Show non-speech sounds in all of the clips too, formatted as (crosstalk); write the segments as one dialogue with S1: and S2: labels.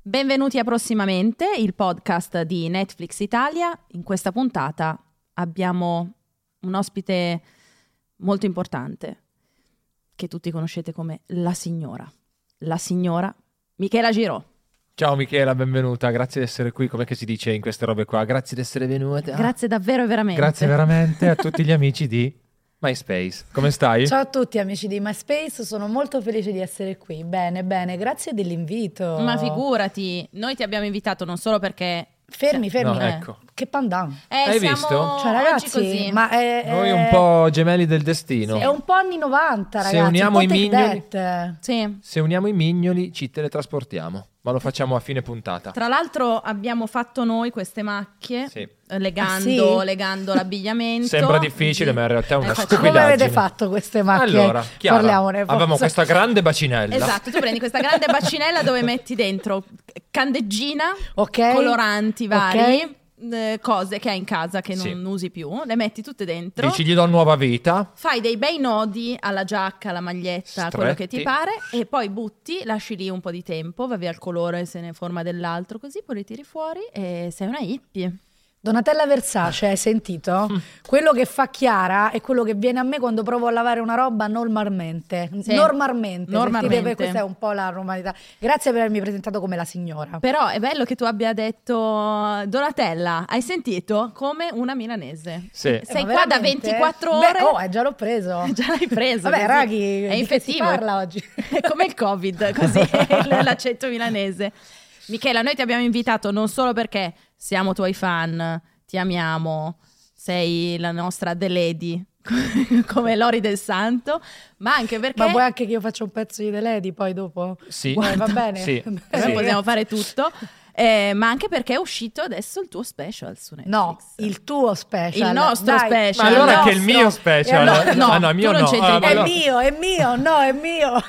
S1: Benvenuti a Prossimamente, il podcast di Netflix Italia. In questa puntata abbiamo un ospite molto importante che tutti conoscete come la signora. La signora Michela Giro.
S2: Ciao Michela, benvenuta, grazie di essere qui, come che si dice in queste robe qua? Grazie di essere venuta.
S1: Grazie davvero e veramente.
S2: Ah. Grazie veramente a tutti gli amici di MySpace. Come stai?
S3: Ciao a tutti amici di MySpace, sono molto felice di essere qui. Bene, bene, grazie dell'invito.
S1: Ma figurati, noi ti abbiamo invitato non solo perché...
S3: Fermi, fermi.
S2: No,
S1: eh.
S2: ecco.
S3: Che pandan.
S1: Eh,
S2: Hai
S1: siamo
S2: visto?
S3: Cioè ragazzi,
S1: oggi così.
S3: ma è,
S1: eh,
S3: è-
S2: Noi un po' gemelli del destino.
S3: È un po' anni 90
S2: Se
S3: ragazzi,
S2: uniamo
S3: un po'
S2: i
S3: take
S2: mignoli-
S3: that.
S1: Sì.
S2: Se uniamo i mignoli ci teletrasportiamo, ma lo facciamo a fine puntata.
S1: Tra l'altro abbiamo fatto noi queste macchie
S2: Sì.
S1: eh, legando,
S3: Ah, sì?
S1: legando l'abbigliamento.
S2: Sembra difficile, ma in realtà è una
S1: Eh,
S2: stupidaggine.
S1: facciamo-
S3: Come avete fatto queste macchine?
S2: Allora, Chiara,
S3: Parliamone forse.
S2: avevamo questa grande bacinella.
S1: Esatto, tu prendi questa grande bacinella dove metti dentro candeggina,
S3: Ok.
S1: coloranti vari,
S3: Ok.
S1: eh, cose che hai in casa che non
S2: Sì.
S1: usi più, le metti tutte dentro.
S2: Dici gli do nuova vita.
S1: Fai dei bei nodi alla giacca, alla maglietta, a quello che ti
S2: Stretti.
S1: pare, e poi butti, lasci lì un po' di tempo, va via il colore, se ne forma dell'altro, così poi li tiri fuori e sei una hippie.
S3: Donatella Versace,
S1: (laughs)
S3: hai sentito?
S1: Mm.
S3: Quello che fa Chiara è quello che viene a me quando provo a lavare una roba normalmente.
S1: Sì.
S3: Normalmente,
S1: Normalmente.
S3: sentite, per- questa è un po' la normalità. Grazie per avermi presentato come la signora.
S1: Però è bello che tu abbia detto, Donatella, hai sentito come una milanese.
S2: Sì.
S1: Sei
S3: Ma
S1: qua da
S3: Eh, veramente?
S1: 24
S3: Beh,
S1: ore.
S3: oh, eh, già l'ho preso.
S1: (laughs) Già l'hai preso.
S3: Vabbè,
S1: così.
S3: raghi,
S1: è
S3: di che si
S1: infettivo.
S3: parla
S1: (laughs)
S3: oggi?
S1: È come il Covid, così è l'accento milanese. Michela, noi ti abbiamo invitato non solo perché siamo tuoi fan, ti amiamo, sei la nostra The Lady, (laughs) come Lori del Santo, ma anche perché
S3: Ma vuoi anche che io faccia un pezzo di The Lady poi dopo?
S2: Sì.
S3: Eh, va bene. (laughs)
S2: Sì.
S1: noi
S2: Sì.
S1: possiamo fare tutto, eh, ma anche perché è uscito adesso il tuo special su Netflix.
S3: No, il tuo special.
S1: Il nostro
S3: Dai.
S1: special.
S2: Ma allora
S1: no,
S2: che il mio special.
S1: Eh, no, no,
S2: ah, no, il mio
S1: tu non
S2: no.
S1: c'entri
S2: Ah, ma
S3: È
S1: niente.
S2: allora-
S3: mio, è mio, no, è mio.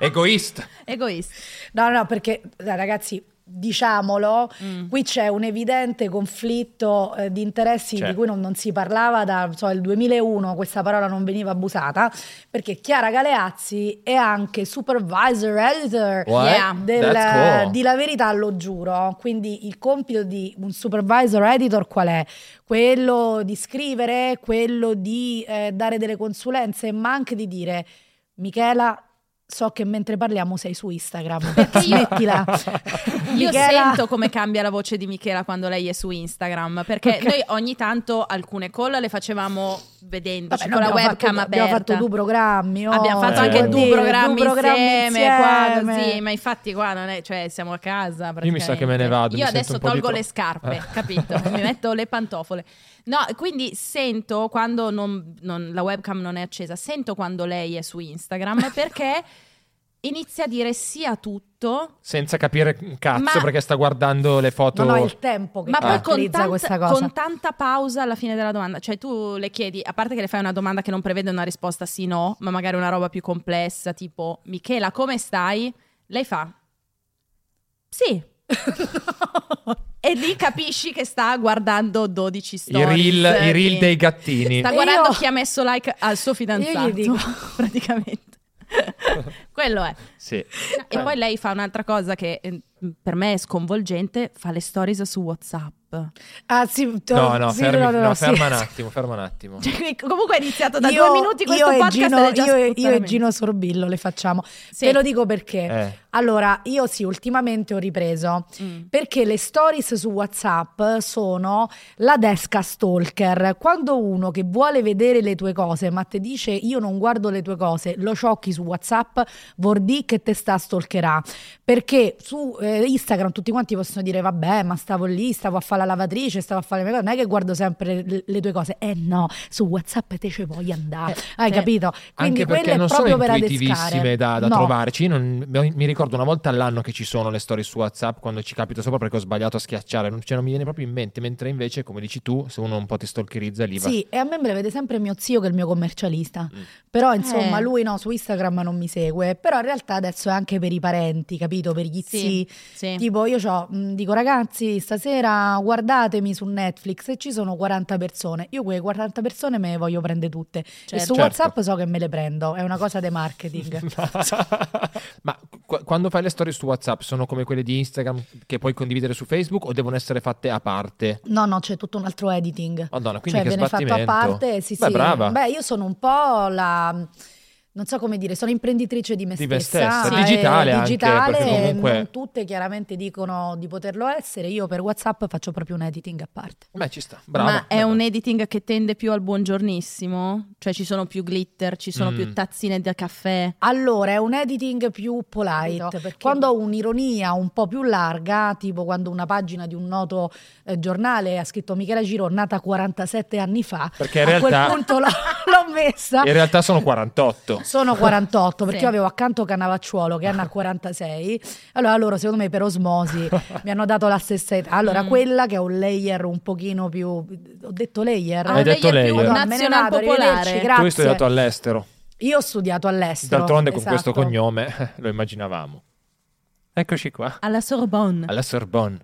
S2: Egoista.
S1: egoista.
S3: No, no, perché dai, ragazzi, diciamolo,
S1: Mm.
S3: qui c'è un evidente conflitto eh, di interessi
S2: C'è.
S3: di cui non, non si parlava dal il 2001, questa parola non veniva abusata, perché Chiara Galeazzi è anche supervisor editor eh,
S2: What?
S1: Yeah.
S3: del-
S2: That's cool.
S3: di La Verità, lo giuro. Quindi il compito di un supervisor editor qual è? Quello di scrivere, quello di eh, dare delle consulenze, ma anche di dire, Michela, so che mentre parliamo sei su
S2: (laughs)
S3: Instagram,
S1: Perché io-
S3: (laughs) smettila.
S1: Io
S3: Michela-
S1: sento come cambia la voce di Michela quando lei è su Instagram, perché
S3: Ok.
S1: noi ogni tanto alcune call le facevamo vedendoci
S3: Vabbè,
S1: con la
S3: noi abbiamo
S1: webcam
S3: fatto-
S1: aperta.
S3: Abbiamo fatto due programmi. oh,
S1: Abbiamo fatto
S3: cioè,
S1: anche
S3: vuol
S2: due
S1: tu
S3: dire,
S1: programmi,
S3: programmi
S1: insieme, qua
S3: insieme.
S1: così, ma infatti qua non è, cioè siamo a casa
S2: Io mi sa che me ne
S1: praticamente.
S2: vado, mi
S1: Io
S2: sento
S1: adesso
S2: un po' di
S1: tolgo
S2: tro-
S1: le scarpe,
S2: Ah.
S1: capito?
S2: (laughs)
S1: Mi metto le pantofole. No, quindi sento quando non- non- la webcam non è accesa, sento quando lei è su
S3: (laughs)
S1: Instagram perché inizia a dire sì a tutto
S2: Senza capire un cazzo
S1: Ma-
S2: perché sta guardando le foto.
S3: Non ho il tempo che
S1: Ma
S2: Ah.
S1: poi con
S3: caratterizza
S1: tanta,
S3: questa cosa.
S1: con tanta pausa alla fine della domanda, cioè tu le chiedi, a parte che le fai una domanda che non prevede una risposta sì no, ma magari una roba più complessa, tipo Michela, come stai? Lei fa Sì.
S3: (laughs)
S1: e lì capisci che sta guardando 12
S2: I
S1: stories.
S2: reel, i reel
S3: eh,
S1: Sì.
S2: dei gattini.
S1: Sta
S3: E
S1: guardando
S3: io-
S1: chi ha messo like al suo fidanzato,
S3: Io gli dico-
S1: (laughs)
S2: (laughs)
S1: praticamente. Quello è.
S2: Sì. Eh.
S1: E poi lei fa un'altra cosa che eh, per me è sconvolgente, fa le stories su WhatsApp.
S3: Ah, sì, to-
S2: No, no,
S3: sì,
S2: fermi,
S3: no, no,
S2: no,
S3: sì.
S2: ferma un attimo, ferma un attimo.
S1: Cioè, qui- comunque è iniziato da
S3: Io-
S1: due minuti questo
S3: io e
S1: podcast
S3: Gino-
S1: ed è già
S3: io, e- io e
S1: sputtanamente.
S3: Gino Sorbillo le facciamo.
S1: Sì.
S3: Te lo dico perché.
S2: Eh.
S3: Allora, io sì, ultimamente ho ripreso
S1: Mm.
S3: perché le stories su WhatsApp sono la desca stalker. Quando uno che vuole vedere le tue cose, ma ti dice io non guardo le tue cose, lo sciocchi su WhatsApp, vuol dire che te sta stalkerà. Perché su eh, Instagram tutti quanti possono dire vabbè, ma stavo lì, stavo a fare la lavatrice, stavo a fare le mie cose, non è che guardo sempre le, le tue cose. Eh no, su WhatsApp te ce voglio andare.
S1: Eh,
S3: Hai
S1: sì.
S3: capito? Quindi
S2: Anche
S3: quello
S2: perché
S3: è
S2: non sono
S3: proprio per adescare.
S2: intuitivissime da, da
S3: No.
S2: trovarci. non- mi ricordo una volta all'anno che ci sono le storie su WhatsApp quando ci capito sopra perché ho sbagliato a schiacciare, non, cioè, non mi viene proprio in mente. Mentre invece, come dici tu, se uno un po' ti stalkerizza lì va.
S3: Sì, e a me me le vede sempre mio zio che è il mio commercialista. Però insomma,
S1: Eh.
S3: lui no, su Instagram non mi segue. Però in realtà adesso è anche per i parenti, capito? Per gli
S1: Sì.
S3: zii.
S1: Sì.
S3: Tipo io c'ho, mh, dico ragazzi stasera guardatemi su Netflix e ci sono 40 persone, io quelle 40 persone me le voglio prendere tutte e
S1: Certo.
S2: Certo.
S3: su Whatsapp so che me le prendo, è una cosa
S2: (laughs)
S3: di marketing.
S2: Ma qu- quando fai le storie su WhatsApp sono come quelle di Instagram che puoi condividere su Facebook o devono essere fatte a parte?
S3: No, no, c'è tutto un altro editing.
S2: Madonna, quindi
S3: cioè
S2: che
S3: viene fatto
S2: sbattimento.
S3: a parte, sì,
S2: Beh,
S3: sì.
S2: brava.
S3: Beh, io sono un po' la non so come dire, sono imprenditrice di me
S2: Di me
S3: stessa,
S2: stessa,
S3: eh,
S2: digitale anche,
S3: digitale,
S2: perché comunque-
S3: non tutte chiaramente dicono di poterlo essere, io per WhatsApp faccio proprio un editing a parte.
S2: Beh, ci sta, brava.
S1: Ma è un editing che tende più al buongiornissimo? Cioè ci sono più glitter, ci sono
S2: Mm.
S1: più tazzine da caffè.
S3: Allora, è un editing più polite,
S1: No,
S3: perché
S1: perché-
S3: quando ho un'ironia un po' più larga, tipo quando una pagina di un noto eh, giornale ha scritto Michela Giro nata 47 anni fa,
S2: Perché in
S3: a quel
S2: realtà,
S3: punto l'ho, l'ho messa.
S2: in realtà sono 48.
S3: Sono 48 perché
S1: (laughs) Sì.
S3: io avevo accanto Cannavacciuolo che è ha 46. Allora loro secondo me per osmosi mi hanno dato la stessa età. Allora
S1: Mm.
S3: quella che è un layer un pochino più ho detto layer.
S1: Ah,
S2: Hai
S1: lei
S2: detto
S1: è più
S2: layer.
S3: Madonna, me ne
S1: Nazional
S3: vado, arrivederci,
S1: popolare.
S2: Tu hai
S3: grazie.
S2: studiato all'estero.
S3: Io ho studiato all'estero.
S2: D'altronde con
S3: esatto.
S2: questo cognome (laughs) eh, lo immaginavamo. Eccoci qua.
S1: Alla Sorbonne.
S2: Alla Sorbonne.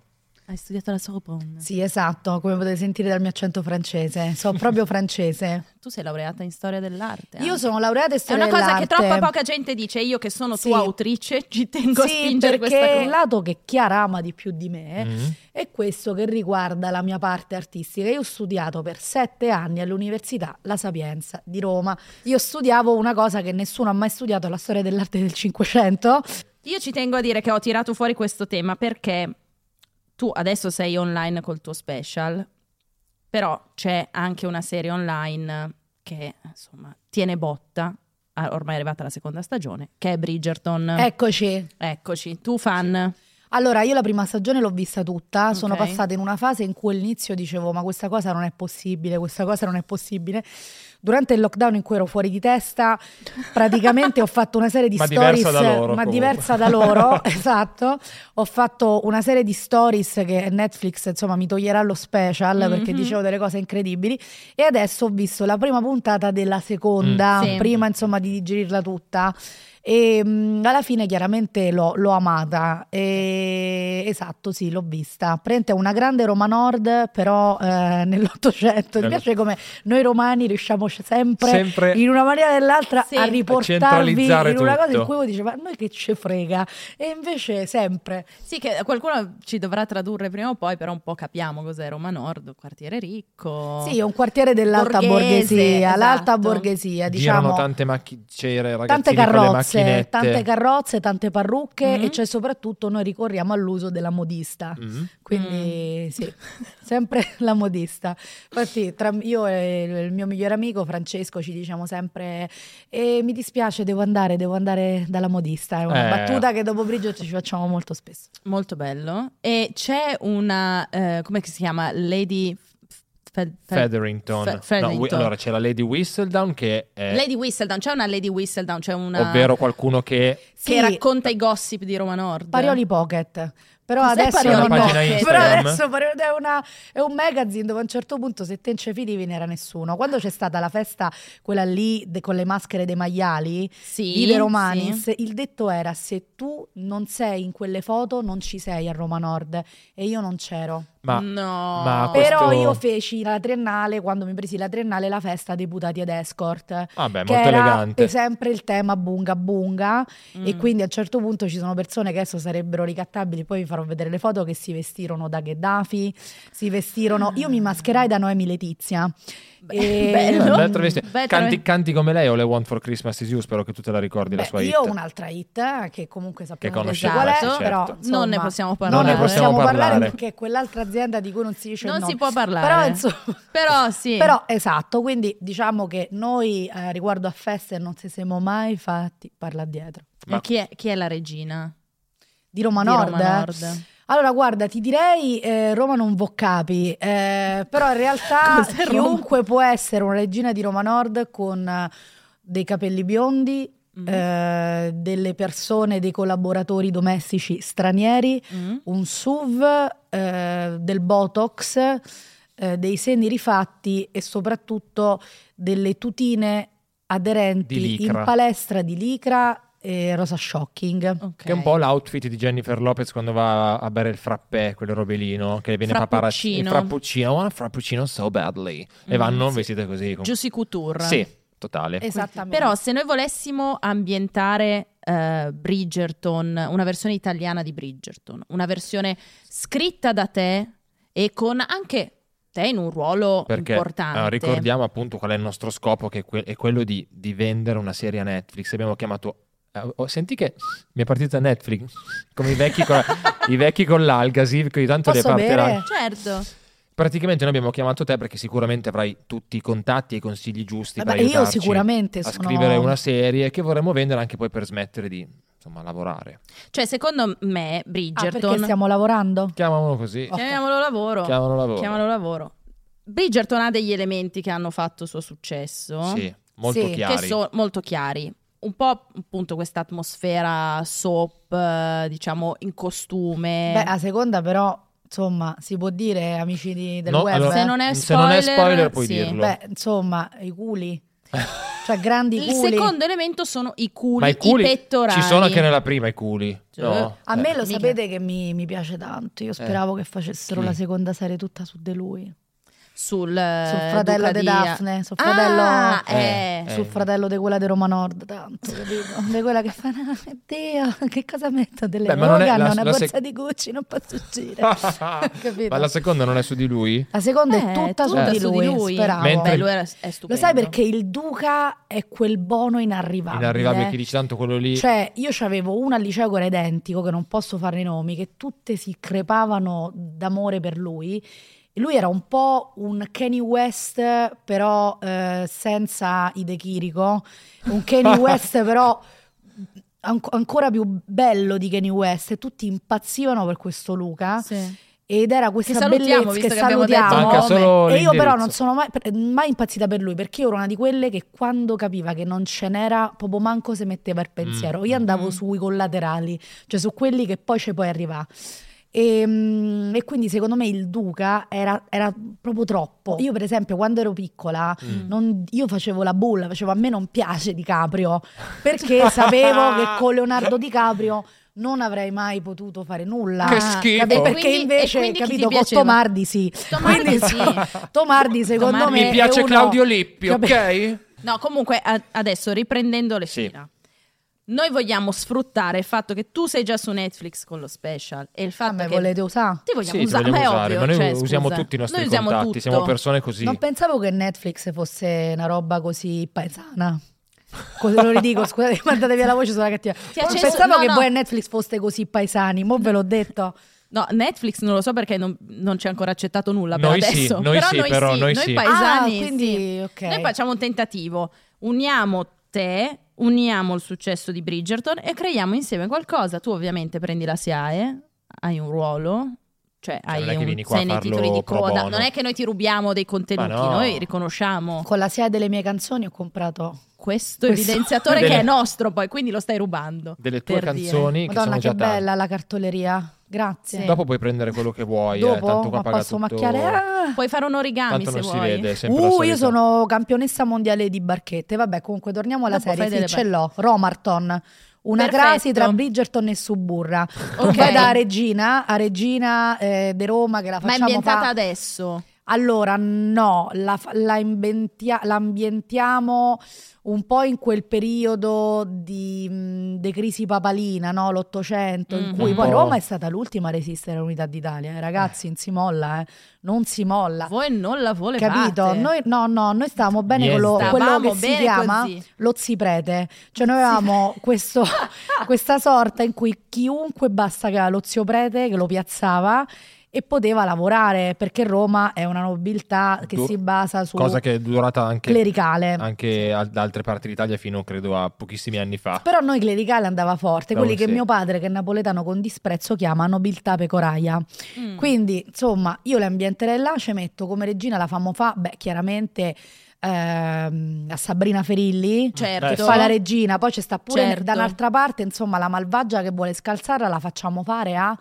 S1: Hai studiato alla Sorbonne.
S3: Sì, esatto, come potete sentire dal mio accento francese.
S1: (laughs)
S3: Sono proprio francese.
S1: Tu sei laureata in storia dell'arte.
S3: Io
S1: anche.
S3: sono laureata in
S1: È
S3: storia
S1: una cosa che
S3: dell'arte.
S1: troppa poca gente dice. Io che sono
S3: Sì.
S1: tua autrice ci (laughs) tengo a
S3: Sì,
S1: spingere questa
S3: perché
S1: cosa.
S3: il lato che Chiara ama di più di me
S2: Mm.
S3: è questo che riguarda la mia parte artistica. Io ho studiato per sette anni all'Università La Sapienza di Roma. Io studiavo una cosa che nessuno ha mai studiato, la storia dell'arte del Cinquecento.
S1: Io ci tengo a dire che ho tirato fuori questo tema perché tu adesso sei online col tuo special, però c'è anche una serie online che insomma tiene botta, ah, ormai è arrivata la seconda stagione, che è Bridgerton.
S3: Eccoci.
S1: Eccoci, tu fan.
S3: Allora, io la prima stagione l'ho vista tutta, sono
S1: Ok.
S3: passata in una fase in cui all'inizio dicevo ma questa cosa non è possibile, questa cosa non è possibile. Durante il lockdown in cui ero fuori di testa, praticamente ho fatto una serie
S2: (laughs)
S3: di
S2: Ma
S3: stories,
S2: diversa da loro,
S3: ma
S2: comunque.
S3: diversa da
S2: (laughs)
S3: loro, esatto. Ho fatto una serie di stories che Netflix, insomma, mi toglierà lo special perché
S1: Mhm.
S3: dicevo delle cose incredibili e adesso ho visto la prima puntata della seconda,
S1: Mm. Sì.
S3: prima insomma di digerirla tutta. E mh, alla fine chiaramente l'ho, l'ho amata. E, esatto, sì, l'ho vista. Prende una grande Roma Nord, però eh, (laughs) nell'Ottocento. Mi
S2: Nello-
S3: piace come noi romani riusciamo sc- sempre,
S2: Sempre-
S3: in una maniera o nell'altra
S1: Sì.
S3: a
S1: A
S3: riportarvi in
S2: centralizzare
S3: una cosa in
S2: tutto.
S3: cui voi diceva ma noi che ce frega. E invece sempre.
S1: Sì, che qualcuno ci dovrà tradurre prima o poi, però un po' capiamo cos'è Roma Nord, quartiere
S2: Oh.
S1: ricco.
S3: Sì, è un quartiere dell'alta
S1: Borghese,
S3: borghesia, l'alta
S1: esatto.
S3: borghesia,
S2: Girano
S3: diciamo.
S2: tante macchine,
S3: Tante
S2: ragazzini con le
S3: carrozze,
S2: macchinette.
S3: tante carrozze, tante parrucche
S1: Mhm.
S3: e c'è soprattutto noi ricorriamo all'uso della modista.
S2: Mm.
S3: Quindi sì, sempre (laughs) la modista. Infatti tra io e il mio migliore amico Francesco ci diciamo sempre "Eh, mi dispiace, devo andare, devo andare dalla modista. È una
S2: Eh.
S3: battuta che dopo Bridget ci facciamo molto spesso.
S1: Molto bello. E c'è una, eh, come si chiama? Lady F- Fe- Fe-
S2: Featherington.
S1: Fe-
S2: No,
S1: Featherington.
S2: wi- allora c'è la Lady Whistledown che è
S1: Lady Whistledown, c'è una Lady Whistledown, c'è una
S2: Eh. ovvero qualcuno che
S1: che
S3: Sì,
S1: racconta i gossip di Roma Nord.
S3: Parioli Pocket. Però
S1: Cos'è
S3: adesso,
S1: Parioli
S3: non ho-
S1: Pocket? Una
S2: pagina
S3: però
S2: Instagram?
S3: adesso Parioli- è, una- è un magazine dove a un certo punto se te non ci fidi ve n'era nessuno. Quando c'è stata la festa, quella lì de- con le maschere dei maiali,
S1: Sì,
S3: di De Romanis,
S1: sì.
S3: il detto era se tu non sei in quelle foto non ci sei a Roma Nord e io non c'ero.
S2: ma
S1: no.
S2: ma questo-
S3: Però io feci la triennale, quando mi presi la triennale, la festa dei deputati ad escort.
S2: vabbè,
S3: Che
S2: Eh, molto
S3: era
S2: elegante.
S3: sempre il tema bunga bunga
S1: Mm.
S3: e quindi a un certo punto ci sono persone che adesso sarebbero ricattabili, poi vi farò vedere le foto che si vestirono da Gheddafi, si vestirono... Io mi
S2: Ah.
S3: mascherai da Noemi Letizia.
S1: Beh,
S3: Eh,
S1: bello.
S2: Bel travestito.
S1: Beh,
S2: canti,
S1: tra-
S2: canti come lei o le One for Christmas is You, spero che tu te la ricordi la
S3: Beh,
S2: sua
S3: io ho
S2: hit.
S3: un'altra hit eh, che comunque sappiamo
S2: Che conosci
S3: qual è,
S1: questo,
S3: esatto, però
S2: certo.
S1: Non ne
S3: insomma,
S1: possiamo
S3: Non ne
S1: parlare.
S3: possiamo parlare
S2: parlare.
S3: perché è quell'altra azienda di cui non si dice il
S1: non
S3: nome.
S1: si può parlare.
S3: Però insomma...
S1: Però sì.
S3: Però esatto, quindi diciamo che noi eh, riguardo a feste non ci siamo mai fatti parla dietro.
S1: E chi, è, chi è la regina
S3: Di Roma
S1: di
S3: Nord.
S1: Roma
S3: eh?
S1: Nord?
S3: Allora guarda, ti direi eh, Roma non vo capi, eh, però in realtà
S1: (laughs) Cos'è Roma?
S3: chiunque può essere una regina di Roma Nord con eh, dei capelli biondi,
S1: Mm.
S3: eh, delle persone, dei collaboratori domestici stranieri,
S1: Mm.
S3: un SUV, eh, del Botox, eh, dei seni rifatti e soprattutto delle tutine aderenti
S2: Di
S3: in
S2: licra.
S3: palestra di licra e Rosa Shocking.
S1: Ok.
S2: Che è un po' l'outfit di Jennifer Lopez quando va a bere il frappè, quello robelino, che viene paparazzo. Il
S1: Frappuccino.
S2: frappuccino, I want a frappuccino so badly. E
S1: Mm,
S2: vanno
S1: sì.
S2: vestite così. Con...
S1: Juicy Couture.
S2: Sì, totale.
S3: Esattamente.
S1: Però se noi volessimo ambientare eh, Bridgerton, una versione italiana di Bridgerton, una versione scritta da te e con anche te in un ruolo
S2: Perché
S1: importante.
S2: eh, ricordiamo appunto qual è il nostro scopo, che è, que- è quello di, di vendere una serie a Netflix. Abbiamo chiamato. eh, oh, senti che mi è partita Netflix come i vecchi
S3: (laughs)
S2: con, i vecchi con l'Algasi, che tanto
S3: Posso
S2: le partirà.
S3: bere?
S1: Certo.
S2: Praticamente noi abbiamo chiamato te perché sicuramente avrai tutti i contatti e i consigli giusti
S3: Vabbè,
S2: per
S3: io
S2: aiutarci
S3: sicuramente
S2: a
S3: sono Ah,
S2: scrivere una serie che vorremmo vendere anche poi per smettere di insomma lavorare.
S1: Cioè, secondo me,
S3: Ah, perché
S1: Bridgerton...
S3: stiamo lavorando?
S2: Chiamamolo così,
S3: Oh.
S1: Chiamiamolo lavoro.
S2: chiamalo lavoro.
S1: Chiamalo lavoro. Bridgerton ha degli elementi che hanno fatto il suo successo.
S2: Sì, molto
S3: Sì. Che
S2: chiari.
S1: che sono molto chiari. Un po' appunto questa atmosfera soap, eh, diciamo in costume.
S3: Beh, a seconda però, insomma, si può dire amici di- del
S2: No,
S3: web.
S2: allora-
S1: se non è
S2: se non
S1: spoiler,
S2: è spoiler, puoi
S1: sì.
S2: dirlo.
S3: Beh, insomma,
S2: (laughs)
S3: i culi. cioè, grandi
S1: Il
S3: culi.
S1: secondo elemento sono i culi,
S2: Ma i culi
S1: pettorali.
S2: ci sono anche nella prima i culi.
S1: Cioè,
S2: no?
S3: A
S2: Eh.
S3: me lo
S1: mica.
S3: sapete che mi, mi piace tanto. Io speravo che facessero
S2: Chi?
S3: la seconda serie tutta su di lui.
S1: sul eh,
S3: Sul fratello di Daphne, sul fratello...
S1: Ah,
S2: Eh.
S1: eh.
S3: Sul fratello di quella di Roma Nord, tanto
S2: (laughs)
S3: capito? Di quella che fa, "Ah, Dio, che cosa metto? Delle
S2: Beh, ma non è-
S3: roghe, hanno
S2: la-
S3: una
S2: la
S3: borsa
S2: sec-
S3: di Gucci, non posso uscire.
S2: (laughs)
S3: (laughs) Capito?
S2: Eh. Ma la seconda non è su di lui?
S3: La seconda è
S1: Eh,
S3: tutta, su, di lui, speravo.
S2: Mentre-
S1: Beh, lui era- è
S3: Lo
S1: stupendo.
S3: sai perché il duca è quel bono inarrivabile.
S2: Inarrivabile chi dice tanto quello lì.
S3: Cioè, io c'avevo una al liceo che era identico, che non posso fare i nomi, che tutte si crepavano d'amore per lui. E Lui era un po' un Kanye West, però eh, senza i De Chirico.
S1: (laughs)
S3: Un Kanye West, però an- ancora più bello di Kanye West. E tutti impazzivano per questo Luca.
S1: Sì.
S3: Ed era questa
S1: Che salutiamo,
S3: bellezza
S1: visto
S3: che
S1: che abbiamo detto
S3: salutiamo.
S2: Manca
S1: no,
S2: solo
S3: E io però
S2: l'indirizzo.
S3: non sono mai, per- mai impazzita per lui perché io ero una di quelle che quando capiva che non ce n'era proprio manco se metteva il pensiero. Io andavo
S1: Mm.
S3: sui collaterali, cioè su quelli che poi ci puoi arrivare. E, mm, e quindi secondo me il Duca era, era proprio troppo. Io per esempio quando ero piccola
S2: Mm.
S3: non- io facevo la bulla, facevo a me non piace DiCaprio perché sapevo che con Leonardo DiCaprio non avrei mai potuto fare nulla.
S2: Che
S1: Ah,
S2: schifo.
S1: vabbè,
S3: E
S1: quindi-
S3: perché invece,
S1: e quindi chi ti
S3: capito, con
S1: piaceva?
S3: Tomardi sì.
S1: Tomardi
S3: Quindi,
S1: sì.
S3: Tomardi secondo
S1: Tomardi.
S3: me
S2: Mi piace
S3: è uno-
S2: Claudio Lippi,
S3: Vabbè.
S2: ok?
S1: No, comunque a- adesso riprendendo le
S2: Sì.
S1: fila. Noi vogliamo sfruttare il fatto che tu sei già su Netflix con lo special e il fatto
S3: Vabbè,
S1: che
S3: Ah, volete usare?
S1: ti vogliamo
S2: Sì, ti
S1: usare,
S2: vogliamo
S1: ma è
S2: usare,
S1: ovvio,
S2: ma noi
S1: cioè,
S2: usiamo
S1: scusa.
S2: tutti i nostri
S1: Noi usiamo
S2: contatti,
S1: tutto.
S2: siamo persone così.
S3: Non pensavo che Netflix fosse una roba così paesana. Cosa lo ridico? Scusate, mandate via la voce sulla cattiva. Non
S1: acceso-
S3: pensavo
S1: no,
S3: che
S1: no.
S3: voi a Netflix foste così paesani, mo ve l'ho detto.
S1: No, Netflix non lo so perché non, non ci ha ancora accettato nulla per
S2: Noi sì,
S1: adesso.
S2: noi
S1: però
S2: sì,
S1: noi
S2: però
S1: sì,
S2: noi
S1: noi,
S2: sì.
S1: paesani
S3: ah,
S1: sì.
S3: quindi ok.
S1: Noi facciamo un tentativo, uniamo te, uniamo il successo di Bridgerton e creiamo insieme qualcosa. Tu ovviamente prendi la SIAE, hai un ruolo, cioè
S2: non è
S1: hai
S2: che
S1: un,
S2: vieni qua a
S1: sei nei
S2: farlo
S1: titoli di
S2: pro
S1: coda.
S2: bono.
S1: Non è che noi ti rubiamo dei contenuti,
S2: Ma no.
S1: noi riconosciamo
S3: Con la sede delle mie canzoni ho comprato
S1: questo,
S3: Questo-
S1: evidenziatore che
S2: Delle-
S1: è nostro poi, quindi lo stai rubando.
S2: (laughs) Delle tue
S1: per dire.
S2: canzoni che
S3: Madonna,
S2: sono
S3: che,
S2: già tante.
S3: bella la cartoleria. Grazie.
S1: Sì.
S2: Dopo puoi prendere quello che vuoi, eh,
S3: Dopo?
S2: tanto qua
S3: ma
S2: paga
S3: posso
S2: tutto-
S3: macchiare? Ah!
S1: Puoi fare un origami
S2: Tanto
S1: se
S2: non si
S1: vuoi.
S2: vede, è sempre la
S3: Uh,
S2: solita.
S3: io sono campionessa mondiale di barchette. Vabbè, comunque torniamo alla
S1: Dopo fai
S3: serie. Sì,
S1: delle
S3: ce
S1: ba-
S3: l'ho. Romarton. Una
S1: Perfetto.
S3: crasi tra Bridgerton e Suburra.
S1: Ok.
S3: Tu vai da Regina, a Regina eh, de Roma che la
S1: Ma è
S3: facciamo
S1: ambientata
S3: fa-
S1: adesso.
S3: Allora, no, la, fa- la inventia- la ambientiamo un po' in quel periodo di, mh, de crisi papalina, no? L'Ottocento, in
S1: Mm.
S3: cui
S2: Un
S3: poi
S2: po'.
S3: Roma è stata l'ultima a resistere all'unità d'Italia. eh, Ragazzi, non si molla, eh. Non si molla.
S1: Voi non la volevate.
S3: Ah. Capito? Noi, no, no, noi stavamo bene con lo-
S2: Niente.
S3: quello
S1: Stavamo
S3: che si
S1: bene
S3: chiama
S1: così.
S3: lo ziprete. Cioè, noi avevamo
S1: (laughs)
S3: questo- questa sorta in cui chiunque basta che aveva lo zio prete che lo piazzava e poteva lavorare perché Roma è una nobiltà che
S2: Du-
S3: si basa su
S2: Cosa che è durata anche, Ah,
S3: clericale.
S2: anche al- da altre parti d'Italia fino credo a pochissimi anni fa.
S3: Però noi clericale andava forte,
S2: ah. Bravo,
S3: quelli che
S2: sì.
S3: mio padre, che è napoletano con disprezzo, chiama nobiltà pecoraia.
S1: Mm.
S3: Quindi, insomma, io le ambienterei là, ci metto come regina la fammo fa, beh, chiaramente ehm, a Sabrina Ferilli,
S1: Certo.
S2: Beh,
S3: che fa la regina, poi c'è sta pure
S1: Certo.
S3: dall'altra parte, insomma, la malvagia che vuole scalzarla la facciamo fare a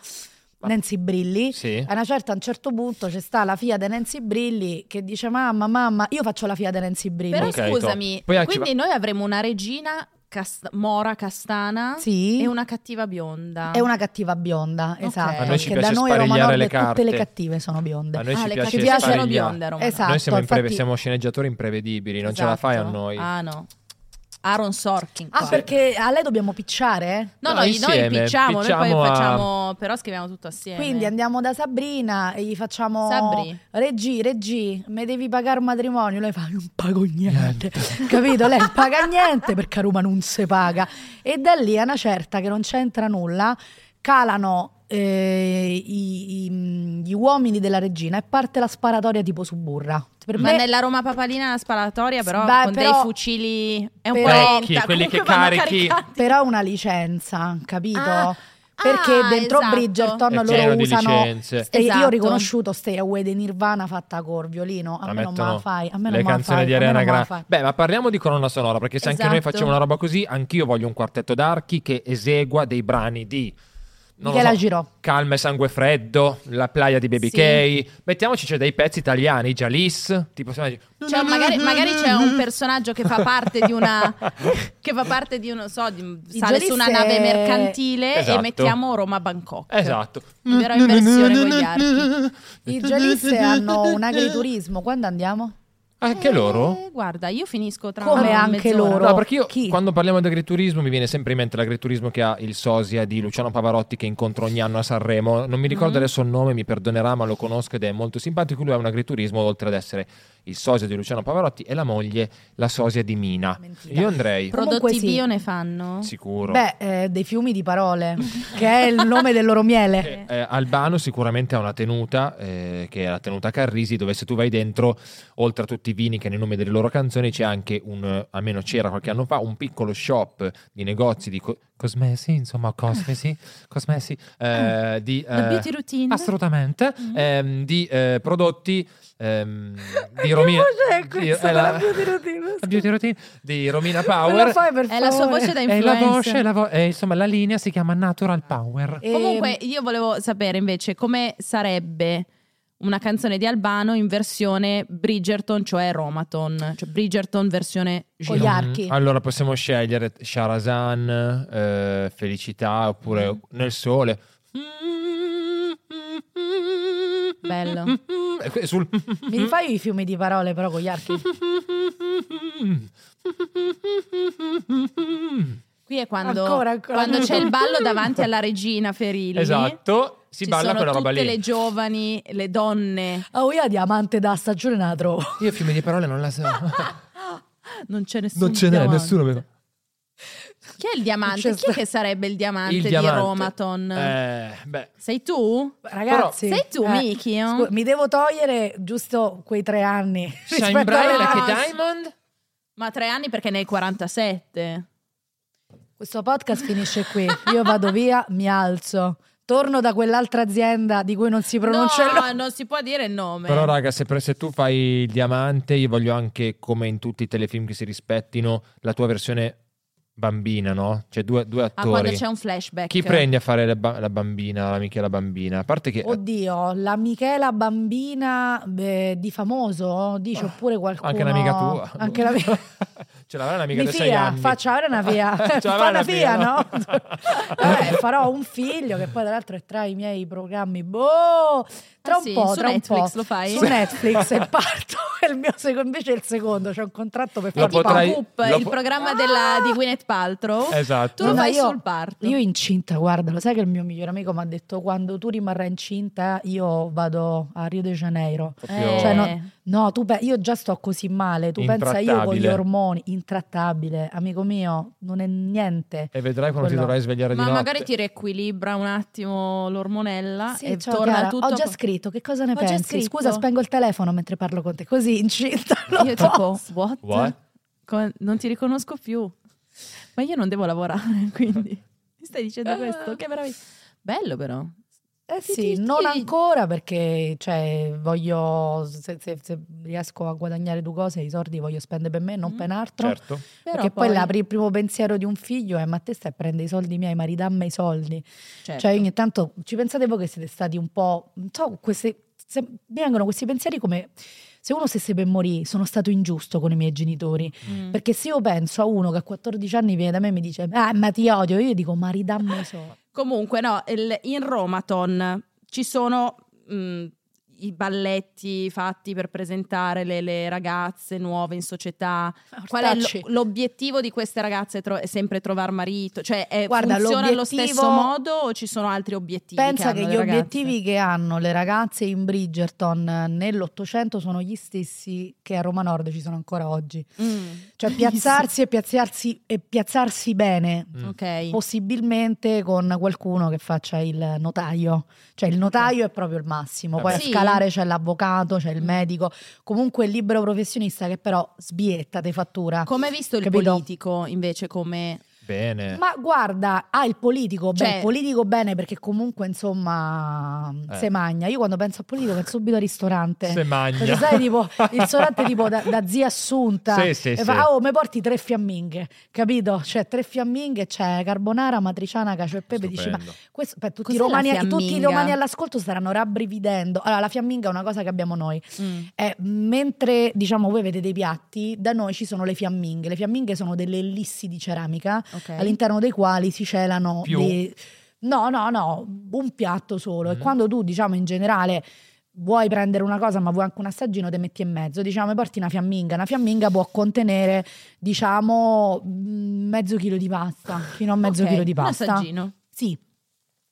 S3: Nancy Brilli.
S2: Sì.
S3: A una certa, a un certo punto c'è sta la figlia di Nancy Brilli che dice mamma, mamma, io faccio la figlia di Nancy Brilli.
S1: Però
S2: Ok, top.
S1: scusami,
S2: Poi anche
S1: quindi noi avremo una regina cas- mora castana
S3: Sì.
S1: e una cattiva bionda.
S3: È una cattiva bionda,
S1: Ok.
S3: esatto.
S1: A noi
S2: ci
S3: perché da
S2: piace
S3: noi a Roma
S2: sparigliare
S3: Nord
S2: le
S3: tutte le
S2: carte.
S3: cattive sono bionde.
S2: A noi
S1: Ah,
S2: ci
S1: le
S2: piace
S1: cattive sono
S2: sparigliare.
S1: bionde a Roma.
S3: Esatto.
S2: Noi siamo, impre-
S3: infatti-
S2: siamo sceneggiatori imprevedibili, non ce la
S1: Esatto.
S2: fai a noi.
S1: Ah no. Aaron Sorkin.
S3: Ah,
S1: qua.
S3: perché a lei dobbiamo picciare?
S1: No, noi,
S2: No,
S1: noi
S2: insieme,
S1: picciamo, noi
S2: picciamo
S1: poi
S2: a-
S1: facciamo, però scriviamo tutto assieme.
S3: Quindi andiamo da Sabrina e gli facciamo
S1: Sabri.
S3: Reggi, Reggi, mi devi pagare un matrimonio. Lei fa, non pago niente. (laughs) Capito? Lei non paga niente perché a Roma non si paga. E da lì a una certa che non c'entra nulla, calano eh, i- i- gli uomini della regina e parte la sparatoria tipo su burra. Per
S1: Ma
S3: me-
S1: nella Roma papalina la sparatoria, però
S3: Beh,
S1: con
S3: però-
S1: dei fucili è un
S3: però-
S1: po'
S2: Vecchi,
S1: lenta,
S2: quelli che
S1: comunque vanno
S2: carichi.
S1: caricati.
S3: Però è una licenza, capito?
S1: Ah,
S3: Perché
S1: ah,
S3: dentro
S1: esatto.
S3: Bridgerton
S2: È
S3: loro
S2: pieno di
S3: usano
S2: licenze.
S3: Stay- Io ho
S1: Esatto.
S3: riconosciuto Stay Away di Nirvana fatta a Corviolino. A
S2: La
S3: me non me
S2: mettono
S3: la fai. A me non
S2: le
S3: me la
S2: canzoni
S3: fai,
S2: di
S3: a me non
S2: Ariana
S3: me la
S2: Grande.
S3: fai.
S2: Beh, ma parliamo di colonna sonora, perché se anche noi
S1: Esatto.
S2: facciamo una roba così, anch'io voglio un quartetto d'archi che esegua dei brani di non lo
S3: Michela
S2: so,
S3: Girò.
S2: Calma e sangue freddo, La playa di Baby
S1: Sì.
S2: Kay. Mettiamoci c'è dei pezzi italiani, Jalis, tipo se
S1: Cioè, magari, magari c'è un personaggio che fa parte di una. che fa parte di uno. so, di,
S3: I
S1: sale su una
S3: giornalisti-
S1: nave mercantile e
S2: Esatto.
S1: mettiamo Roma-Bangkok.
S2: Esatto. Oh.
S1: Vera inversione con (laughs) gli archi.
S3: I giallisse hanno un agriturismo. Quando andiamo?
S2: Anche loro?
S1: Eh, guarda, io finisco tra
S3: Come
S1: una
S3: anche
S1: mezz'ora.
S3: loro?
S2: No, perché io
S3: Chi?
S2: quando parliamo di agriturismo mi viene sempre in mente l'agriturismo che ha il sosia di Luciano Pavarotti che incontro ogni anno a Sanremo. Non mi ricordo
S3: Mm.
S1: Mhm.
S2: adesso il nome, mi perdonerà, ma lo conosco ed è molto simpatico. Lui ha un agriturismo, oltre ad essere il sosia di Luciano Pavarotti, e la moglie, la sosia di Mina.
S3: Ah, Mentira.
S2: Io andrei
S1: Prodotti
S3: Comunque sì.
S1: bio ne fanno?
S2: sicuro.
S3: Beh, eh, dei fiumi di parole, che è il nome del
S2: (laughs)
S3: loro miele.
S2: Eh, eh, Albano sicuramente ha una tenuta eh, che è la tenuta Carrisi dove se tu vai dentro oltre a tutti i vini che nei nomi delle loro canzoni c'è anche un eh, almeno c'era qualche anno fa un piccolo shop di negozi di co- cosmesi insomma cosmesi cosmesi eh, di
S1: La
S2: eh,
S1: beauty routine.
S2: assolutamente
S1: Mhm.
S2: ehm, di eh, prodotti ehm, di
S3: Che
S2: Romina
S3: voce è
S2: di-
S3: questa
S2: eh,
S3: della beauty routine?
S2: la beauty routine di Romina
S3: Me lo
S2: Power
S3: fai per
S1: È la sua
S3: favore?
S1: voce da
S2: e la
S1: influencer.
S2: voce, la vo- eh, insomma la linea si chiama Natural Power
S3: E-
S1: Comunque, io volevo sapere invece come sarebbe una canzone di Albano in versione Bridgerton, cioè Romaton, cioè Bridgerton versione
S3: Con gli
S1: Girolamo.
S3: archi.
S2: Mm, Allora possiamo scegliere Sharazan, eh, Felicità
S1: Mm.
S2: oppure Nel Sole.
S1: Bello.
S2: E que- Sul...
S3: Mi
S2: Mm-hmm.
S3: rifai i fiumi di parole però con gli archi?
S1: Qui è quando,
S3: Ancora, ancora.
S1: quando c'è il ballo davanti alla regina Ferilli.
S2: Esatto, si
S1: Ci
S2: balla
S1: sono
S2: quella roba
S1: tutte
S2: lì.
S1: le giovani, le donne.
S3: Oh, io a diamante da stagione ne la trovo.
S2: Io fiume di parole non la so.
S1: Ah, Non c'è nessuno.
S2: non ce n'è, nessuno. aveva-
S1: Chi è il diamante?
S3: Non c'è
S1: Chi è
S3: sta-
S1: che sarebbe il diamante
S2: Il
S1: di
S2: diamante.
S1: Romaton?
S2: Eh, beh,
S1: Sei tu?
S3: Ragazzi, eh,
S1: Però- Sei tu, Miki, oh?
S3: scu- mi devo togliere giusto quei tre anni. rispetto
S2: Shine Bright
S3: alla-
S1: like
S2: Like
S1: a
S2: a Diamond.
S1: Ma tre anni perché ne hai 47.
S3: Questo podcast finisce qui. Io vado via, mi alzo, torno da quell'altra azienda di cui non si pronuncia il
S1: no,
S3: nome.
S1: non si può dire il nome.
S2: Però, raga, se, per- se tu fai il diamante, io voglio anche, come in tutti i telefilm che si rispettino, la tua versione bambina, no? Cioè, due, due
S1: Ah, quando
S2: attori.
S1: c'è un flashback.
S2: Chi prendi a fare la, ba- la bambina, la Michela bambina? A parte che
S3: Oddio, la Michela bambina beh, di famoso, dice oppure qualcuno.
S2: eh, anche l'amica tua.
S3: Anche la mia.
S2: (laughs) Ce l'avrai un'amica
S3: Mi
S2: di 6
S3: fia,
S2: anni.
S3: faccia avere
S2: (laughs)
S3: una fia.
S2: Ce l'avrai
S3: Fa una fia, no?
S2: (laughs)
S3: Vabbè,
S2: Eh,
S3: farò un figlio che poi tra l'altro è tra i miei programmi. Boh, tra
S1: Ah,
S3: un
S1: sì,
S3: po',
S1: su
S3: tra un
S1: Netflix
S3: po'.
S1: lo fai?
S3: Su Netflix e parto. (laughs) È il mio secondo, invece è il secondo, c'è un contratto per
S2: Lo
S3: fare
S1: Tipo
S2: potrai-
S1: Coop,
S2: lo
S1: il
S2: po-
S1: programma
S3: Ah!
S1: della- di Gwyneth Paltrow.
S2: Esatto.
S1: Tu lo
S3: Ma
S1: fai
S3: io-
S1: sul parto.
S3: Io incinta, guarda, lo sai che il mio migliore amico mi ha detto quando tu rimarrai incinta io vado a Rio de Janeiro.
S2: Proprio-
S3: Cioè,
S1: Eh,
S3: no- No, tu pe- io già sto così male, tu pensa io con gli
S2: Intrattabile.
S3: ormoni, intrattabile, amico mio, non è niente.
S2: E vedrai quando ti
S3: Quello-
S2: dovrai svegliare
S1: ma
S2: di notte.
S1: magari ti riequilibra un attimo l'ormonella
S3: Sì,
S1: e
S3: ciao,
S1: torna
S3: Chiara,
S1: tutto.
S3: Ho già
S1: a-
S3: scritto, che cosa ne
S1: Ho già
S3: pensi?
S1: scritto.
S3: Scusa, spengo il telefono mentre parlo con te, così incinta. lo
S1: Io
S3: posso.
S1: tipo, what?
S2: What?
S1: Con- non ti riconosco più. Ma io non devo lavorare, (laughs) quindi. Mi stai
S3: Ah.
S1: dicendo questo? Che meraviglia. Bello però.
S3: Eh
S1: Ti-
S3: sì,
S1: ti-
S3: non
S1: ti-
S3: ancora perché cioè, voglio, se, se- se riesco a guadagnare due cose, i soldi li voglio spendere per me, non
S1: Mm.
S3: per altro.
S2: Certo.
S1: Però
S3: perché poi, la- il primo pensiero di un figlio è ma te stai a prendere i soldi miei, ma ridammi i soldi.
S1: Certo.
S3: Cioè ogni tanto ci pensate voi che siete stati un po', non so, queste se- mi vengono questi pensieri come se uno stesse per morire, sono stato ingiusto con i miei genitori.
S1: Mm.
S3: Perché se io penso a uno che a 14 anni viene da me e mi dice ah, ma ti odio, io dico ma ridammi i
S1: (laughs)
S3: soldi.
S1: Comunque, no, il- in Romaton ci sono mh, i balletti fatti per presentare le, le ragazze nuove in società. Qual è
S3: Ortacci.
S1: lo- l'obiettivo di queste ragazze? Tro- è sempre trovare marito? Cioè, è,
S3: Guarda,
S1: funziona allo
S3: l'obiettivo-
S1: stesso modo o ci sono altri obiettivi?
S3: Pensa
S1: che,
S3: che
S1: hanno
S3: gli
S1: le ragazze?
S3: obiettivi che hanno le ragazze in Bridgerton eh, nell'Ottocento sono gli stessi che a Roma Nord ci sono ancora oggi.
S1: Mm.
S3: Cioè piazzarsi e piazzarsi, e piazzarsi bene,
S2: Mm.
S1: Ok.
S3: possibilmente con qualcuno che faccia il notaio. Cioè il notaio è proprio il massimo, poi
S1: Sì.
S3: a scalare c'è l'avvocato, c'è il
S1: Mm.
S3: medico, comunque il libero professionista che però sbietta, te fattura.
S1: Come hai visto il
S3: Capito?
S1: politico invece come...
S2: Bene.
S3: Ma guarda, ah, il politico,
S1: Cioè-
S3: beh, il politico bene perché comunque insomma
S2: Eh.
S3: se magna. Io quando penso a politico penso subito al ristorante.
S2: Se
S3: Perché
S2: magna.
S3: sai, tipo, il
S2: (laughs)
S3: ristorante tipo da, da zia Assunta
S2: Sì, sì,
S3: e
S2: sì.
S3: fa, oh, mi porti tre fiamminghe, capito? Cioè, tre fiamminghe, c'è carbonara, matriciana, cacio e pepe. Dici, ma
S2: Stupendo.
S3: questo, beh, tutti, i
S1: Cos'è la
S3: romani, tutti i
S1: fiamminga?
S3: romani all'ascolto staranno rabbrividendo. Allora, la fiamminga è una cosa che abbiamo noi.
S1: Mm.
S3: Eh, mentre diciamo voi vedete i piatti, da noi ci sono le fiamminghe. Le fiamminghe sono delle ellissi di ceramica
S1: Ok.
S3: all'interno dei quali si celano
S2: Più?
S3: dei- no, no, no, un piatto solo. E
S2: Mm.
S3: quando tu, diciamo, in generale vuoi prendere una cosa, ma vuoi anche un assaggino, te metti in mezzo, diciamo, e porti una fiamminga. Una fiamminga può contenere, diciamo, mh, mezzo chilo di pasta, fino a mezzo
S1: Ok,
S3: chilo di
S1: Un
S3: pasta.
S1: assaggino.
S3: Sì.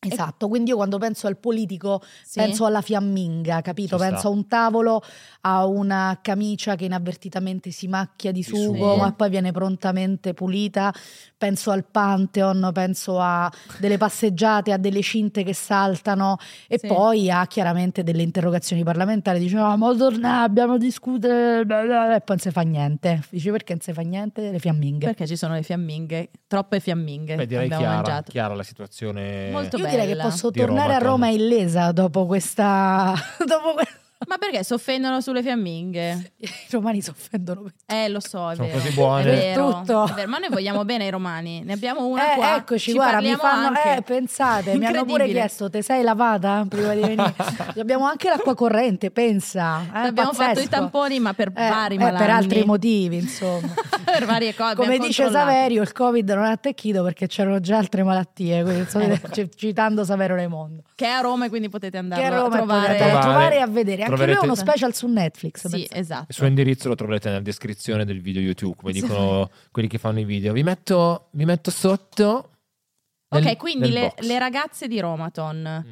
S3: Esatto, quindi io quando penso al politico
S1: Sì.
S3: penso alla fiamminga, capito?
S2: Ci sta.
S3: penso a un tavolo, a una camicia che inavvertitamente si macchia di
S2: Di
S3: sugo,
S2: sugo.
S3: ma poi viene prontamente pulita, penso al Pantheon, penso a delle passeggiate, a delle cinte che saltano e
S1: Sì.
S3: poi a chiaramente delle interrogazioni parlamentari, dice "Ah, ma torna, abbiamo discutere, bla bla bla", e poi non si fa niente. Dice perché non si fa niente? Le fiamminghe.
S1: Perché ci sono le fiamminghe, troppe fiamminghe.
S2: Beh, direi
S1: abbiamo
S2: chiara,
S1: eh, mangiato.
S2: chiara la situazione.
S1: Molto
S3: Io direi che
S1: bella.
S3: posso
S2: Di
S3: tornare a
S2: Roma,
S3: Roma
S2: Tom.
S3: illesa dopo questa. (laughs) dopo que-
S1: Ma perché si offendono sulle fiamminghe?
S3: I romani si offendono. per-
S1: Eh, lo so, è
S2: Sono
S1: vero.
S2: così
S1: È
S2: buone.
S1: vero,
S3: Tutto.
S1: è vero, ma noi vogliamo bene ai romani. Ne abbiamo una
S3: Eh,
S1: qua.
S3: eccoci,
S1: ci
S3: guarda, mi
S1: parliamo
S3: fanno.
S1: anche.
S3: Eh, pensate, mi hanno pure
S1: Incredibile.
S3: chiesto: te sei lavata prima di
S1: (laughs)
S3: venire? Abbiamo anche l'acqua corrente, pensa. Eh,
S1: Abbiamo fatto
S3: pazzesco.
S1: i tamponi, ma per
S3: Eh,
S1: vari
S3: eh,
S1: malanni.
S3: per altri motivi, insomma.
S1: (laughs) Per varie cose,
S3: Come
S1: abbiamo
S3: dice
S1: controllato.
S3: Saverio, il Covid non ha attecchito perché c'erano già altre malattie, quindi,
S1: Eh,
S3: insomma, c- citando Saverio Raimondo.
S1: Che è a Roma e quindi potete andare
S3: Che a
S1: a
S3: Roma
S1: trovare.
S3: trovare,
S2: Trovare-
S3: trovare e a vedere. Anche lui
S2: troverete-
S3: ha uno special su Netflix.
S1: Sì,
S3: pensate.
S1: esatto.
S2: Il suo indirizzo lo troverete nella descrizione del video YouTube,
S1: (laughs)
S2: come dicono quelli che fanno i video. Vi metto, vi metto sotto. nel-
S1: Ok, quindi
S2: nel
S1: le,
S2: box.
S1: le ragazze di Romaton
S2: Mm.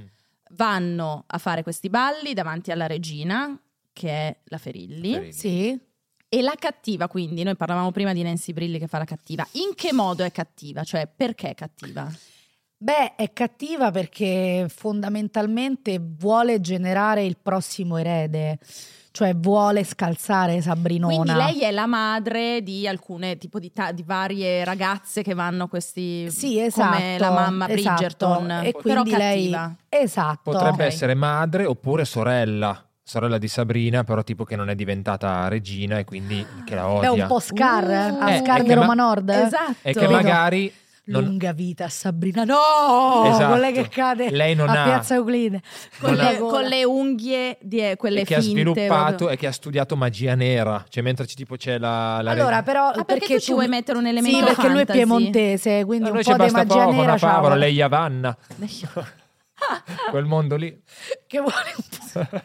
S1: vanno a fare questi balli davanti alla regina, che è la Ferilli.
S2: Ferilli.
S3: Sì.
S1: E la cattiva, quindi, noi parlavamo prima di Nancy Brilli che fa la cattiva. In che modo è cattiva? Cioè, perché è cattiva?
S3: Beh, è cattiva perché fondamentalmente vuole generare il prossimo erede, cioè vuole scalzare
S1: Quindi
S3: Sabrinona.
S1: lei è la madre di alcune, tipo di, ta- di varie ragazze che vanno a questi...
S3: Sì, esatto.
S1: Come la mamma
S3: esatto.
S1: Bridgerton.
S3: E
S1: Però
S3: quindi lei...
S1: cattiva.
S3: Esatto.
S2: Potrebbe
S1: Ok.
S2: essere madre oppure sorella. Sorella di Sabrina, però tipo che non è diventata regina e quindi che la
S3: È
S2: odia.
S3: un po' Scar,
S1: Uh.
S3: a
S1: Eh,
S3: Scar
S2: è
S3: di
S2: che ma-
S3: Roma Nord.
S1: Esatto.
S2: E che
S3: Capito?
S2: magari non-
S3: Lunga vita a Sabrina. No!
S2: Esatto.
S3: Quella che cade
S2: lei non
S3: a
S2: ha
S3: Piazza Euclide.
S1: Con,
S2: Non ha-
S1: le, con le unghie, di, quelle
S2: e che
S1: finte.
S2: ha sviluppato
S1: proprio.
S2: e che ha studiato magia nera. Cioè, mentre ci- tipo c'è la, la
S3: Allora, però...
S1: Ah, perché, tu ci vuoi mettere un elemento
S3: Sì, perché lui è
S1: fantasy?
S3: piemontese,
S2: A
S3: quindi un
S2: noi
S3: po'
S2: ci
S3: di
S2: basta
S3: magia
S2: poco,
S3: nera.
S2: una
S3: ciao.
S2: favola, lei
S1: (laughs)
S2: Avanna, quel mondo lì.
S3: Che vuole un po'...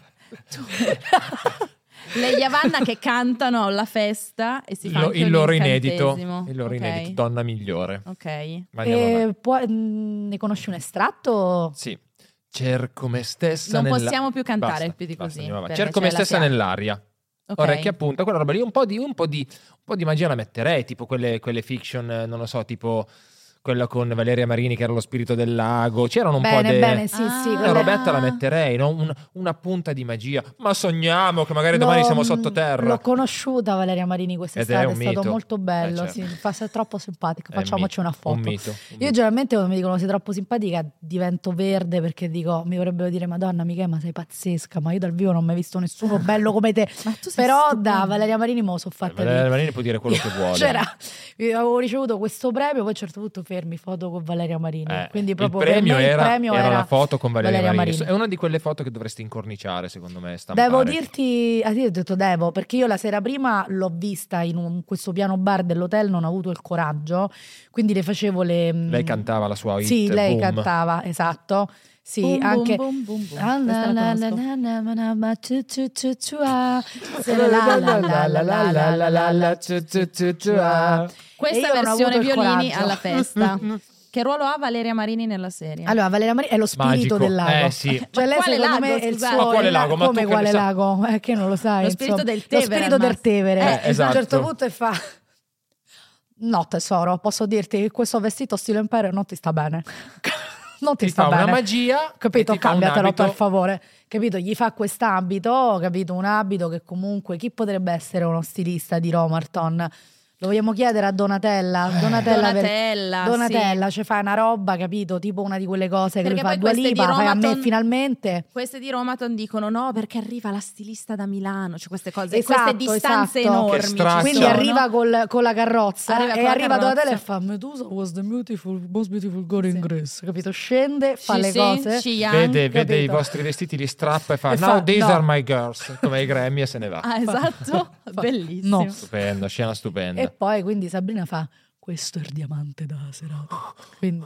S1: Le Yavanna che cantano alla festa e si fa
S2: Lo-
S1: anche
S2: il
S1: un
S2: loro inedito,
S1: incantesimo.
S2: il loro
S1: Ok. Eh,
S2: inedito, donna migliore.
S1: Ok.
S2: Ma andiamo avanti.
S3: E Eh, può- mh, ne conosci un estratto?
S2: Sì. Cerco me stessa
S1: Non
S2: nella-
S1: possiamo più cantare
S2: Basta,
S1: più di
S2: basta,
S1: così,
S2: andiamo avanti.
S1: perché
S2: Cerco me
S1: c'è la
S2: stessa
S1: fiamma.
S2: nell'aria.
S1: ok.
S2: Orecchie a punta, quella roba lì, un po' di, un po' di- un po' di magia la metterei, tipo quelle, quelle fiction, eh, non lo so, tipo quella con Valeria Marini che era lo spirito del lago. C'erano un po'
S3: bene,
S2: di...
S3: bene, sì, sì.
S1: Ah.
S2: La
S3: quella-
S2: robetta la metterei, no? Un- una punta di magia. Ma sogniamo che magari
S3: L'ho-
S2: domani siamo sottoterra.
S3: L'ho conosciuta Valeria Marini quest'estate,
S2: Ed è
S3: è,
S2: un
S3: stato
S2: mito.
S3: molto bello,
S2: Eh, certo.
S3: sì, mi fa- sei troppo simpatica,
S2: È un mito,
S3: facciamoci una foto.
S2: Un mito. un
S3: Io
S2: mito.
S3: generalmente quando mi dicono sei troppo simpatica divento verde perché dico, mi vorrebbero dire Madonna Michele ma sei pazzesca, ma io dal vivo non ho mai visto nessuno bello come te.
S1: Ma (laughs) tu sei
S3: Però
S1: stupenda.
S3: da Valeria Marini me lo sono
S2: Eh,
S3: fatta
S2: Valeria Marini può dire quello che vuole. Eh,
S3: C'era, avevo ricevuto questo premio, poi a un certo punto confermi foto con Valeria Marini.
S2: Eh,
S3: Quindi proprio
S2: il
S3: per
S2: premio,
S3: me il
S2: era,
S3: premio
S2: era
S3: era
S2: la foto con Valeria,
S3: Valeria
S2: Marini.
S3: Marini.
S2: È una di quelle foto che dovresti incorniciare, secondo me. Stampare.
S3: Devo dirti, ah, sì, ho detto devo, perché io la sera prima l'ho vista in un- questo piano bar dell'hotel, non ho avuto il coraggio, quindi le facevo le...
S2: Lei cantava la sua hit.
S3: Sì, lei
S2: boom.
S3: cantava, esatto. Sì,
S1: Boom, boom,
S3: anche...
S1: boom, boom, boom.
S3: Ah, na,
S1: Questa la
S3: na,
S1: conosco.
S3: na, na, na, na, ma ciu, ciu, ciu, ciu, ah. Se la, la, la, la, la, la, la, la, la, la, ciu, ciu, ciu, ciu, ah.
S1: Questa
S3: E io non ho
S1: versione
S3: avuto il
S1: violini
S3: coraggio.
S1: alla
S2: Mm,
S3: (laughs)
S1: festa. che ruolo ha Valeria Marini nella serie?
S3: Allora, Valeria Maria è lo spirito
S2: Magico.
S3: del lago.
S2: Eh, sì.
S3: Cioè,
S1: Ma
S3: lei
S1: quale
S3: secondo
S1: lago,
S3: me è il
S1: scusate?
S3: suo
S2: Ma quale
S3: è la-
S2: lago? Ma tu
S3: come
S2: che ne
S3: quale
S2: sai?
S3: lago? Eh, che non lo sai.
S1: Lo spirito
S3: insomma.
S1: del
S3: Lo
S1: Tevere,
S3: spirito
S1: al
S3: del
S1: massimo.
S3: Tevere.
S1: Eh,
S3: A un
S2: esatto.
S3: certo punto e fa. No, tesoro, posso dirti che questo vestito stile impero non ti sta bene. (laughs) non ti,
S2: Ti
S3: sta
S2: fa
S3: bene.
S2: una magia.
S3: Capito?
S2: e ti fa un
S3: Cambiatelo
S2: abito.
S3: per favore. Capito? Gli fa quest'abito, capito? Un abito che comunque chi potrebbe essere uno stilista di Romarton? Lo vogliamo chiedere a Donatella?
S2: Eh.
S3: Donatella, per-
S1: Donatella,
S3: Donatella, cioè fai una roba, capito? Tipo una di quelle cose che
S1: Perché
S3: lui fa
S1: poi
S3: due
S1: queste di
S3: lipa, fai a me
S1: Romaton-
S3: finalmente.
S1: sì. Queste di Romaton dicono no perché arriva la stilista da Milano, cioè queste cose,
S3: Esatto,
S1: queste distanze
S3: esatto.
S1: enormi.
S2: Che
S1: ci
S2: straccio.
S1: sono.
S3: Quindi
S2: no?
S3: arriva col- con la carrozza
S1: Arriva con
S3: e
S1: la
S3: arriva
S1: carrozza.
S3: Donatella e fa Medusa was the beautiful, most beautiful girl in
S1: Sì.
S3: Greece, capito? Scende, fa
S1: Sì,
S3: le
S1: sì,
S3: cose.
S1: Xi Yang.
S2: Vede, vede
S3: capito?
S2: i vostri vestiti, li strappa e fa:
S3: E fa,
S2: Now these
S3: no."
S2: are my girls. Come i Grammy e se ne va.
S1: Ah,
S3: (laughs)
S1: esatto, bellissimo.
S3: No.
S2: Stupendo, scena stupenda.
S3: E poi quindi Sabrina fa questo è il diamante da serata. Quindi-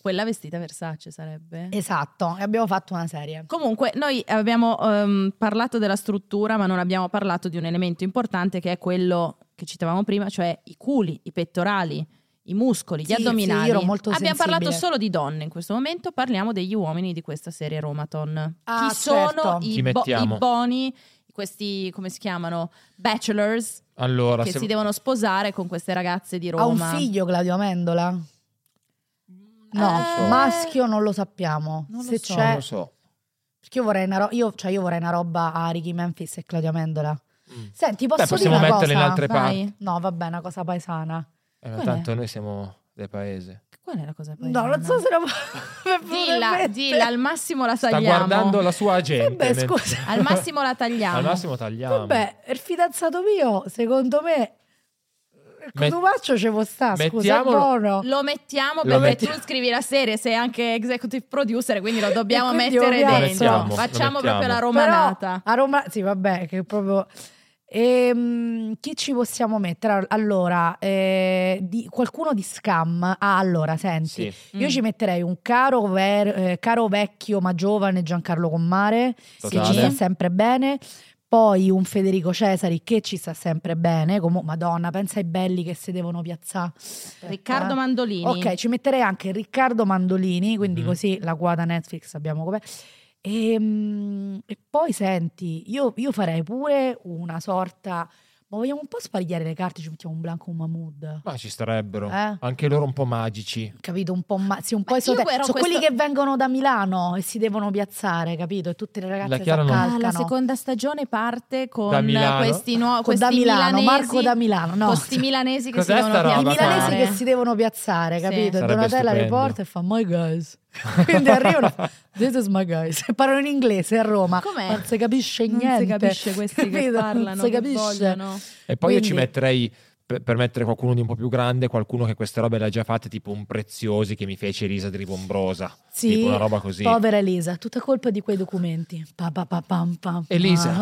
S1: Quella vestita Versace sarebbe.
S3: esatto, e abbiamo fatto una serie.
S1: Comunque, noi abbiamo ehm, parlato della struttura, ma non abbiamo parlato di un elemento importante che è quello che citavamo prima, cioè i culi, i pettorali, i muscoli, gli
S3: Sì,
S1: addominali.
S3: sì, io ero molto
S1: abbiamo
S3: sensibile.
S1: parlato solo di donne in questo momento, parliamo degli uomini di questa serie Romaton.
S3: Ah,
S1: Chi
S3: certo.
S1: sono
S2: Chi
S1: i, bo-
S2: mettiamo?
S1: i boni, questi come si chiamano? Bachelors
S2: allora,
S1: che
S2: se-
S1: si devono sposare con queste ragazze di
S3: Ha un
S1: Roma.
S3: figlio Claudio Amendola? No,
S1: Eh,
S3: maschio non lo sappiamo.
S1: non lo
S3: Se
S1: so.
S2: non
S3: c'è
S2: lo so.
S3: Perché io vorrei una, ro- io, cioè io vorrei una roba a Ricky Memphis e Claudia Mendola.
S2: Mm.
S3: Senti, posso
S2: Beh, possiamo
S3: dire una
S2: metterle
S3: cosa?
S2: in altre
S1: Vai.
S2: parti.
S3: No, vabbè, una cosa paesana.
S2: Eh, ma
S1: Qual è?
S2: tanto noi siamo del paese.
S1: Qual è la cosa
S3: No, non so se la (laughs)
S1: Dilla, dilla, al massimo la
S2: Sta
S1: tagliamo.
S2: guardando la sua agenda.
S3: Vabbè, scusa.
S2: (laughs)
S1: Al massimo la tagliamo.
S2: Al massimo tagliamo.
S3: Vabbè, il fidanzato mio, secondo me il
S2: Met-
S3: contumaccio ce può sta, scusa, è
S2: mettiamolo-
S3: buono.
S1: Lo mettiamo
S2: Lo
S1: perché
S2: mettiamo.
S1: tu scrivi la serie, sei anche executive producer, quindi lo dobbiamo
S3: E quindi
S1: mettere
S3: lo
S1: dentro.
S2: mettiamo, lo
S1: Facciamo
S2: mettiamo.
S1: proprio la
S3: Però
S1: romanata.
S3: a Roma, sì, vabbè, che proprio Ehm, chi ci possiamo mettere? Allora, eh, di- qualcuno di scam. Ah, allora, senti,
S2: Sì.
S3: Io
S1: Mm.
S3: ci metterei un caro, ver- eh, caro vecchio ma giovane Giancarlo Commare che ci
S2: Totale.
S3: sta sempre bene. Poi un Federico Cesari che ci sta sempre bene. Comu- Madonna, pensa ai belli che si devono piazzare.
S1: Riccardo Mandolini.
S3: Ok, ci metterei anche Riccardo Mandolini, quindi
S2: Mhm.
S3: così la quota Netflix abbiamo come. Ehm, E, poi senti, io, io farei pure una sorta. Ma vogliamo un po' spagliare le carte, ci mettiamo un Blanco un Mahmood.
S2: Ma ci starebbero.
S3: Eh?
S2: Anche loro un po' magici.
S3: Capito? Un po', ma- sì, un po
S1: Ma
S3: esote-
S1: io però
S3: Sono
S1: questo-
S3: quelli che vengono da Milano e si devono piazzare, capito? E tutte le ragazze
S2: La
S3: si
S2: Chiara non-
S1: Ah, la
S3: accalcano.
S1: seconda stagione parte con
S2: Da Milano.
S1: questi nuovi
S3: Con
S1: questi
S3: da Milano,
S1: milanesi,
S3: Marco da Milano. No.
S1: questi milanesi che
S2: Cos'è
S1: si devono
S2: sta roba
S3: I
S2: va
S3: milanesi
S2: qua?
S3: che si devono piazzare,
S1: Sì.
S3: capito? E
S2: Sarebbe
S3: Donatella
S2: stupendo.
S3: riporta e fa My guys. (laughs) Quindi arrivano, This is my guys. (laughs) Parlano in inglese a Roma.
S1: Com'è?
S3: Non si capisce
S1: Eh. Non
S3: niente.
S1: si capisce questi che
S3: capito? Non
S1: parlano,
S3: si
S1: che
S3: capisce.
S1: vogliono.
S2: (laughs) E poi io ci
S3: Quindi-
S2: metterei per, per mettere qualcuno di un po' più grande, qualcuno che queste robe le ha già fatte, tipo un preziosi che mi fece Elisa di Ribombrosa.
S3: Sì,
S2: Tipo una roba così.
S3: Povera Elisa, tutta colpa di quei documenti. Pa, pa, pa, pam, pam. (laughs)
S2: Elisa.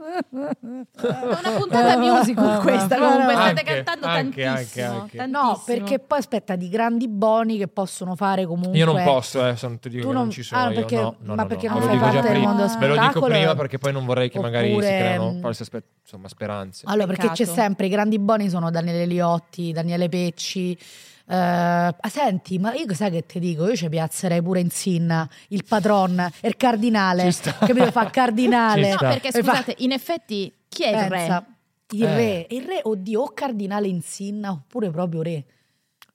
S1: È
S3: (laughs)
S1: una puntata musical questa comunque, state
S2: Anche,
S1: cantando
S2: anche,
S1: tantissimo,
S2: anche, anche.
S3: No,
S1: tantissimo.
S3: perché poi aspetta di grandi boni che possono fare comunque.
S2: Io non posso, eh, sono- ti dico
S3: Tu
S2: che non,
S3: non-
S2: ci sono
S3: ah,
S2: io,
S3: perché-
S2: no, no,
S3: ma
S2: no,
S3: perché
S2: no,
S1: non
S2: ve
S1: fai
S2: lo dico già
S1: parte del
S2: prima.
S1: mondo
S2: Ve lo dico
S3: spettacolo?
S2: prima perché poi non vorrei che magari si
S3: Ah, Oppure,
S2: creano
S3: mm,
S2: false aspe- insomma, speranze.
S3: Allora, perché c'è
S1: Peccato.
S3: sempre i grandi boni sono Daniele Liotti, Daniele Pecci. eh, ah, senti, ma io sai che ti dico? Io ci piazzerei pure in Sinna, il patron e il cardinale.
S2: Ci sta.
S3: eh,
S2: (laughs)
S3: Capito? Fa cardinale.
S2: Ci
S1: No,
S2: sta.
S1: perché
S3: E fa-
S1: scusate, in effetti chi è Eh, il re?
S3: Pensa, il
S2: Eh.
S3: re, il re, oddio, o cardinale in Sinna oppure proprio re.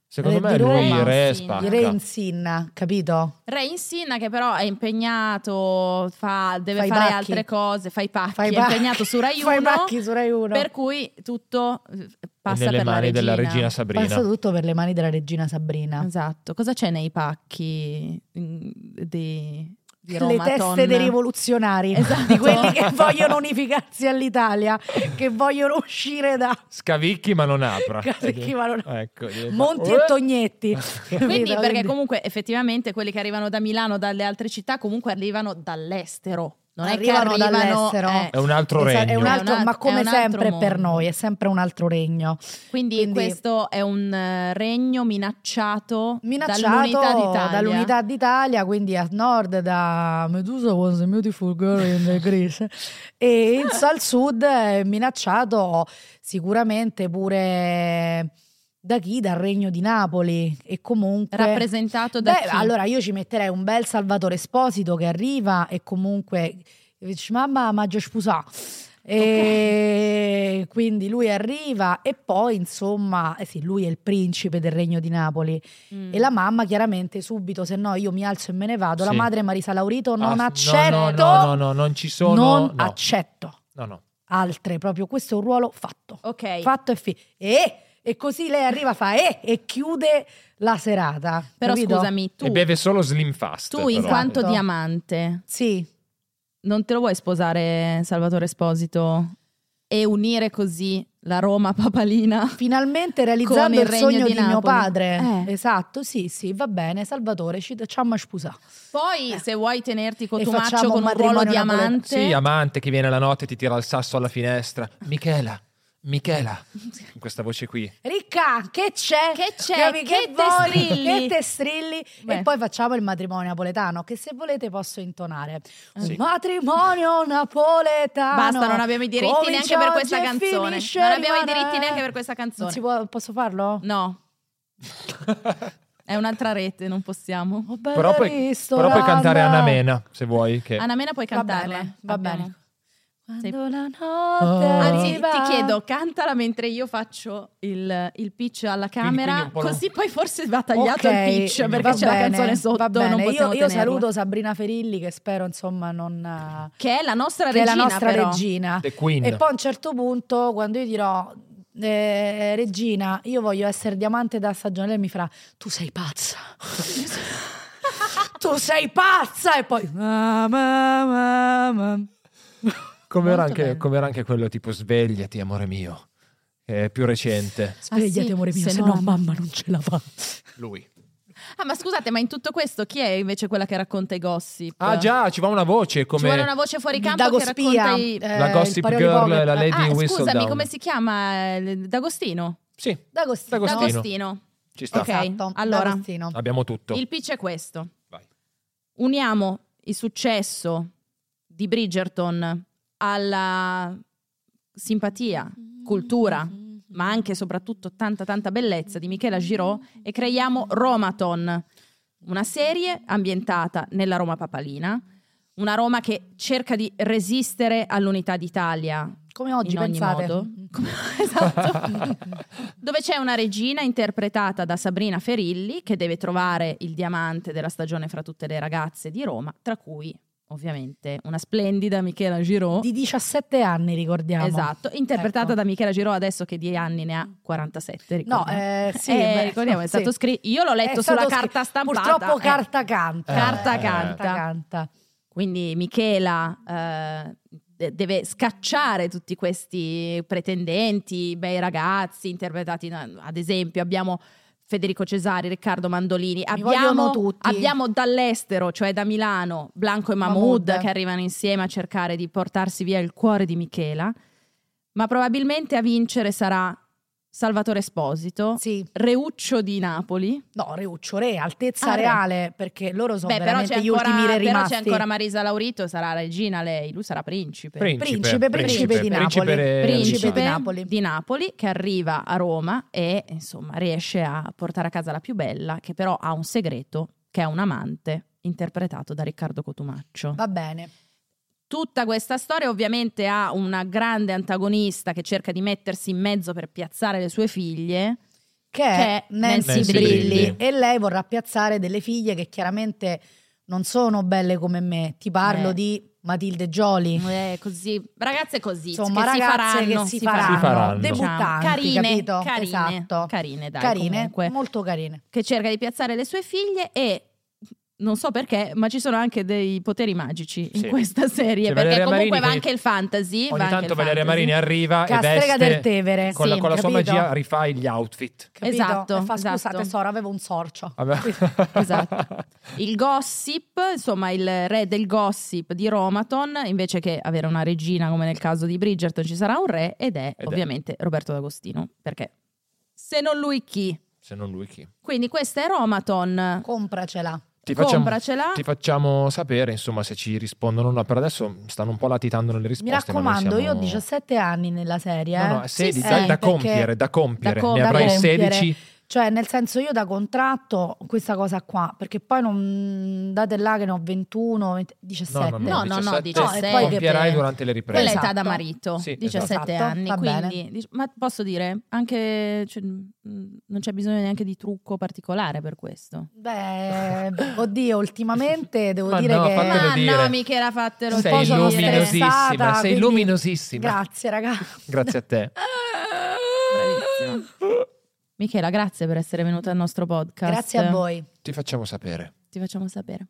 S2: Secondo
S3: Re
S2: me
S3: di
S2: lui
S3: Roma,
S2: il re
S1: sì.
S2: spacca.
S3: Il re in Sinna, capito?
S1: Re Insinna che però è impegnato, fa- deve
S3: Fa i
S1: fare
S3: pacchi.
S1: altre cose, fa i pacchi,
S3: Fai
S1: è
S3: pacchi.
S1: impegnato su
S3: (laughs)
S1: Rai 1,
S3: Fai pacchi su Rai 1.
S1: per cui tutto eh, passa
S2: nelle
S1: per la
S2: mani
S1: regina.
S2: della regina Sabrina.
S3: Passa tutto per le mani della regina Sabrina.
S1: Esatto, cosa c'è nei pacchi mm, dei, di Roma.
S3: le teste
S1: Ton.
S3: dei rivoluzionari,
S1: Esatto.
S3: di quelli che vogliono unificarsi all'Italia, che vogliono uscire da
S2: Scavicchi ma non apra.
S3: (laughs) Scavicchi, ma non apra.
S2: Ecco, diventa-
S3: Monti e
S2: Ah, Eh.
S3: Tognetti.
S1: Quindi,
S3: Capito?
S1: perché
S3: Quindi-
S1: comunque effettivamente quelli che arrivano da Milano, dalle altre città, comunque arrivano dall'estero. Non
S3: Arrivano
S1: è che arrivano
S3: dall'estero.
S1: eh,
S2: È un altro
S3: Esa-
S2: regno.
S3: È un altro,
S1: È un alt-
S3: ma
S1: è
S3: come
S1: un altro
S3: sempre per
S1: mondo.
S3: noi, è sempre un altro regno.
S1: Quindi,
S3: Quindi-
S1: questo è un eh, regno minacciato,
S3: Minacciato
S1: dall'unità d'Italia.
S3: dall'unità d'Italia, quindi a nord da Medusa was a beautiful girl in the Greece e
S1: (laughs)
S3: in- al sud è minacciato sicuramente pure da chi? Dal regno di Napoli e comunque
S1: rappresentato da
S3: Beh,
S1: chi?
S3: allora io ci metterei un bel Salvatore Esposito che arriva e comunque dice mamma ma già sposà e quindi lui arriva e poi insomma eh sì, lui è il principe del regno di Napoli
S1: Mm.
S3: e la mamma chiaramente subito se no io mi alzo e me ne vado la
S2: Sì.
S3: madre Marisa Laurito non
S2: Ah,
S3: accetto
S2: No, no, no, no, non ci sono.
S3: non
S2: no.
S3: accetto
S2: no, no.
S3: altre proprio questo è un ruolo fatto
S1: Ok,
S3: fatto e fi- e, e così lei arriva fa e, e chiude la serata
S1: però
S3: capito?
S1: scusami, tu,
S2: E beve solo Slim Fast.
S1: tu in
S2: però.
S1: quanto
S3: Esatto.
S1: diamante
S3: sì
S1: non te lo vuoi sposare Salvatore Esposito e unire così la Roma papalina?
S3: Finalmente realizzando
S1: Con il
S3: il,
S1: regno
S3: sogno
S1: di
S3: di, mio
S1: Napoli.
S3: padre.
S1: Eh.
S3: Esatto, sì, sì, va bene. Salvatore, ci facciamo a sposà.
S1: Poi, Eh. se vuoi tenerti
S3: E
S1: cotumaccio
S3: facciamo
S1: con
S3: un
S1: un ruolo
S3: matrimonio
S1: diamante,
S2: Sì, amante che viene la notte e ti tira il sasso alla finestra. Michela, Michela, in questa voce qui. (laughs)
S3: Ricca, che c'è?
S1: Che c'è?
S3: Capi-
S1: Che te
S3: vuoi?
S1: strilli?
S3: (laughs) Che te strilli?
S1: Beh.
S3: E poi facciamo il matrimonio napoletano, che se volete posso intonare. Un
S2: Sì.
S3: matrimonio napoletano.
S1: basta, non abbiamo i diritti neanche
S3: Ah, Comincia
S1: per questa
S3: oggi e
S1: canzone.
S3: finisce
S1: Non abbiamo i
S3: rimane-
S1: diritti neanche per questa
S3: Non
S1: canzone.
S3: si può- posso farlo?
S1: No, è un'altra rete, non possiamo.
S3: Ho bello
S2: Però puoi, però puoi cantare Anna Mena, se vuoi. Che...
S1: Anamena puoi
S3: Va
S1: cantarla.
S3: bene, va
S1: Abbiamo.
S3: bene.
S1: Sì.
S3: Quando la notte
S2: Ah.
S1: Anzi,
S3: arriva-
S1: ti chiedo, cantala mentre io faccio il, il pitch alla camera,
S2: quindi un po' lo-
S1: così poi forse va tagliato
S3: Ok,
S1: il pitch perché
S3: va
S1: c'è la
S3: bene,
S1: canzone sotto.
S3: va bene.
S1: Non
S3: Io-
S1: possiamo
S3: io,
S1: tenerla.
S3: saluto Sabrina Ferilli che spero insomma non eh,
S1: Che è la nostra
S3: che è
S1: regina,
S3: la nostra
S1: però.
S3: regina
S2: The Queen.
S3: e poi a un certo punto quando io dirò eh, regina io voglio essere diamante da stagione lei mi farà tu
S1: (laughs)
S3: sei pazza tu sei pazza e poi ma, ma, ma,
S1: Ah,
S3: ma.
S2: Come era
S1: Molto
S2: anche,
S1: bello.
S2: come era anche quello tipo Svegliati, amore mio, che è più recente.
S3: svegliati
S1: sì,
S3: amore mio
S1: se
S3: se
S1: no-
S3: no mamma non ce la fa
S2: Lui.
S1: Ah, ma scusate, ma in tutto questo chi è invece quella che racconta i gossip?
S2: Ah, già, ci va una voce
S1: Ci vuole
S2: come
S1: una voce fuori campo
S3: da
S1: che racconta
S3: Gospia
S1: i... eh,
S2: la gossip girl, la
S1: ah,
S2: lady
S1: scusami,
S2: Whistledown.
S1: come si chiama? Eh, D'Agostino?
S2: Sì,
S3: D'Agostino
S2: D'Agostino.
S1: D'Agostino.
S2: ci sta.
S1: Ok.
S3: Esatto,
S1: allora.
S3: D'Agostino.
S2: Abbiamo tutto.
S1: Il pitch è questo.
S2: Vai.
S1: Uniamo il successo di Bridgerton alla simpatia, cultura,
S3: Mm.
S1: ma anche e soprattutto tanta tanta bellezza di Michela Giraud e creiamo Romaton, una serie ambientata nella Roma papalina, una Roma che cerca di resistere all'unità d'Italia
S3: come oggi
S1: in ogni
S3: pensate
S1: modo.
S3: (laughs)
S1: Come- esatto. Dove c'è una regina interpretata da Sabrina Ferilli che deve trovare il diamante della stagione fra tutte le ragazze di Roma, tra cui ovviamente una splendida Michela Giraud.
S3: di 17 anni ricordiamo
S1: Esatto, interpretata
S3: Diciamo. Ecco.
S1: da Michela Giraud adesso che di anni ne ha 47,
S3: No,
S1: ricordiamo.
S3: eh, sì,
S1: Eh,
S3: beh,
S1: ricordiamo, è
S3: sì.
S1: stato scritto, io l'ho letto
S3: È
S1: sulla
S3: stato
S1: carta
S3: scritto-
S1: stampata.
S3: Purtroppo
S1: eh.
S3: carta canta.
S1: Carta
S3: Eh,
S1: canta.
S3: canta.
S1: Quindi Michela eh, de- deve scacciare tutti questi pretendenti, bei ragazzi interpretati, da- ad esempio abbiamo Federico Cesari, Riccardo Mandolini, abbiamo,
S3: vogliono tutti.
S1: abbiamo dall'estero, cioè da Milano, Blanco e Mahmood
S3: Mahmood.
S1: che arrivano insieme a cercare di portarsi via il cuore di Michela, ma probabilmente a vincere sarà Salvatore Esposito,
S3: Sì.
S1: Reuccio di Napoli.
S3: No, Reuccio Re, altezza
S1: Ah, Re.
S3: reale, perché loro sono
S1: Beh, però
S3: veramente
S1: c'è,
S3: gli
S1: ancora,
S3: ultimi re
S1: però
S3: rimasti.
S1: c'è ancora Marisa Laurito, sarà regina lei, lui sarà principe.
S3: Principe, principe di Napoli.
S2: re-
S1: principe
S3: di
S1: di
S2: Napoli.
S1: Napoli.
S3: Napoli.
S1: che arriva a Roma e insomma riesce a portare a casa la più bella che però ha un segreto che è un amante interpretato da Riccardo Cotumaccio.
S3: Va bene.
S1: Tutta questa storia ovviamente ha una grande antagonista che cerca di mettersi in mezzo per piazzare le sue figlie.
S3: Che è
S1: Che è
S3: Nancy,
S1: Nancy
S3: Brilli.
S2: Brilli.
S3: E lei vorrà piazzare delle figlie che chiaramente non sono belle come me. Ti parlo
S1: Eh.
S3: di Matilde Gioli.
S1: Eh, così, ragazze così,
S3: Insomma,
S1: che si
S3: ragazze
S1: faranno, Diciamo,
S3: che si,
S2: faranno.
S3: faranno,
S2: Si faranno.
S3: debuttanti,
S1: carine,
S3: capito?
S1: carine,
S3: esatto.
S1: carine, dai,
S3: carine,
S1: comunque.
S3: molto carine.
S1: che cerca di piazzare le sue figlie e non so perché, ma ci sono anche dei poteri magici in
S2: Sì.
S1: questa serie.
S2: Cioè,
S1: perché
S2: Valeria
S1: comunque
S2: Marini
S1: va
S2: ogni-
S1: anche il fantasy. va
S2: Ogni
S1: anche il
S2: tanto Valeria
S1: fantasy.
S2: Marini eh. arriva
S3: Castrega
S2: e
S3: del
S2: veste
S3: Tevere.
S2: con la,
S1: Sì,
S2: con la sua
S3: capito?
S2: magia rifà gli outfit.
S3: Capito?
S1: Esatto,
S3: E fa, scusa
S1: esatto.
S3: tesoro, avevo un sorcio.
S2: Vabbè.
S1: Esatto. Il gossip, insomma, il re del gossip di Romaton, invece che avere una regina come nel caso di Bridgerton, ci sarà un re ed è
S2: Ed è.
S1: ovviamente Roberto D'Agostino. Perché se non lui chi?
S2: (laughs) Se non lui chi.
S1: Quindi questa è Romaton.
S3: Compracela.
S2: Ti facciamo,
S1: Compracela.
S2: ti facciamo sapere, insomma, se ci rispondono o no. Per adesso stanno un po' latitando nelle
S3: Mi
S2: risposte. ma noi
S3: raccomando,
S2: siamo-
S3: io ho 17 anni nella serie.
S2: No, no,
S3: eh.
S2: 16,
S3: Sì,
S2: da,
S3: sì,
S2: da
S3: perché-
S2: compiere, da compiere.
S1: com-
S2: ne
S1: da
S2: avrai
S3: compiere.
S2: 16.
S3: Cioè, nel senso, io da contratto questa cosa qua, perché poi non date là che ne ho 21, 20 17.
S1: No, no, no, 17.
S3: No, e poi che
S2: compierai
S3: per-
S2: durante le
S1: Quella
S2: riprese.
S1: è età
S3: Esatto.
S1: da marito,
S2: Sì,
S1: 17
S3: esatto.
S1: anni,
S3: Va bene.
S1: quindi dic- ma posso dire, anche cioè, mh, non c'è bisogno neanche di trucco particolare per questo.
S3: Beh, oddio,
S2: (laughs)
S3: ultimamente devo
S2: Ma
S3: dire
S2: no,
S3: che
S2: fatelo
S1: Ma
S2: dire.
S1: no, Michela, fatelo
S3: un po'
S2: Sei
S3: sono
S2: luminosissima,
S3: stressata,
S2: sei
S3: quindi-
S2: luminosissima.
S3: Grazie, raga.
S2: Grazie a te.
S1: Bravissima. Michela, grazie per essere venuta al nostro podcast.
S3: Grazie a voi.
S2: Ti facciamo sapere.
S1: Ti facciamo sapere.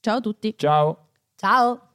S1: Ciao a tutti.
S2: Ciao.
S3: Ciao.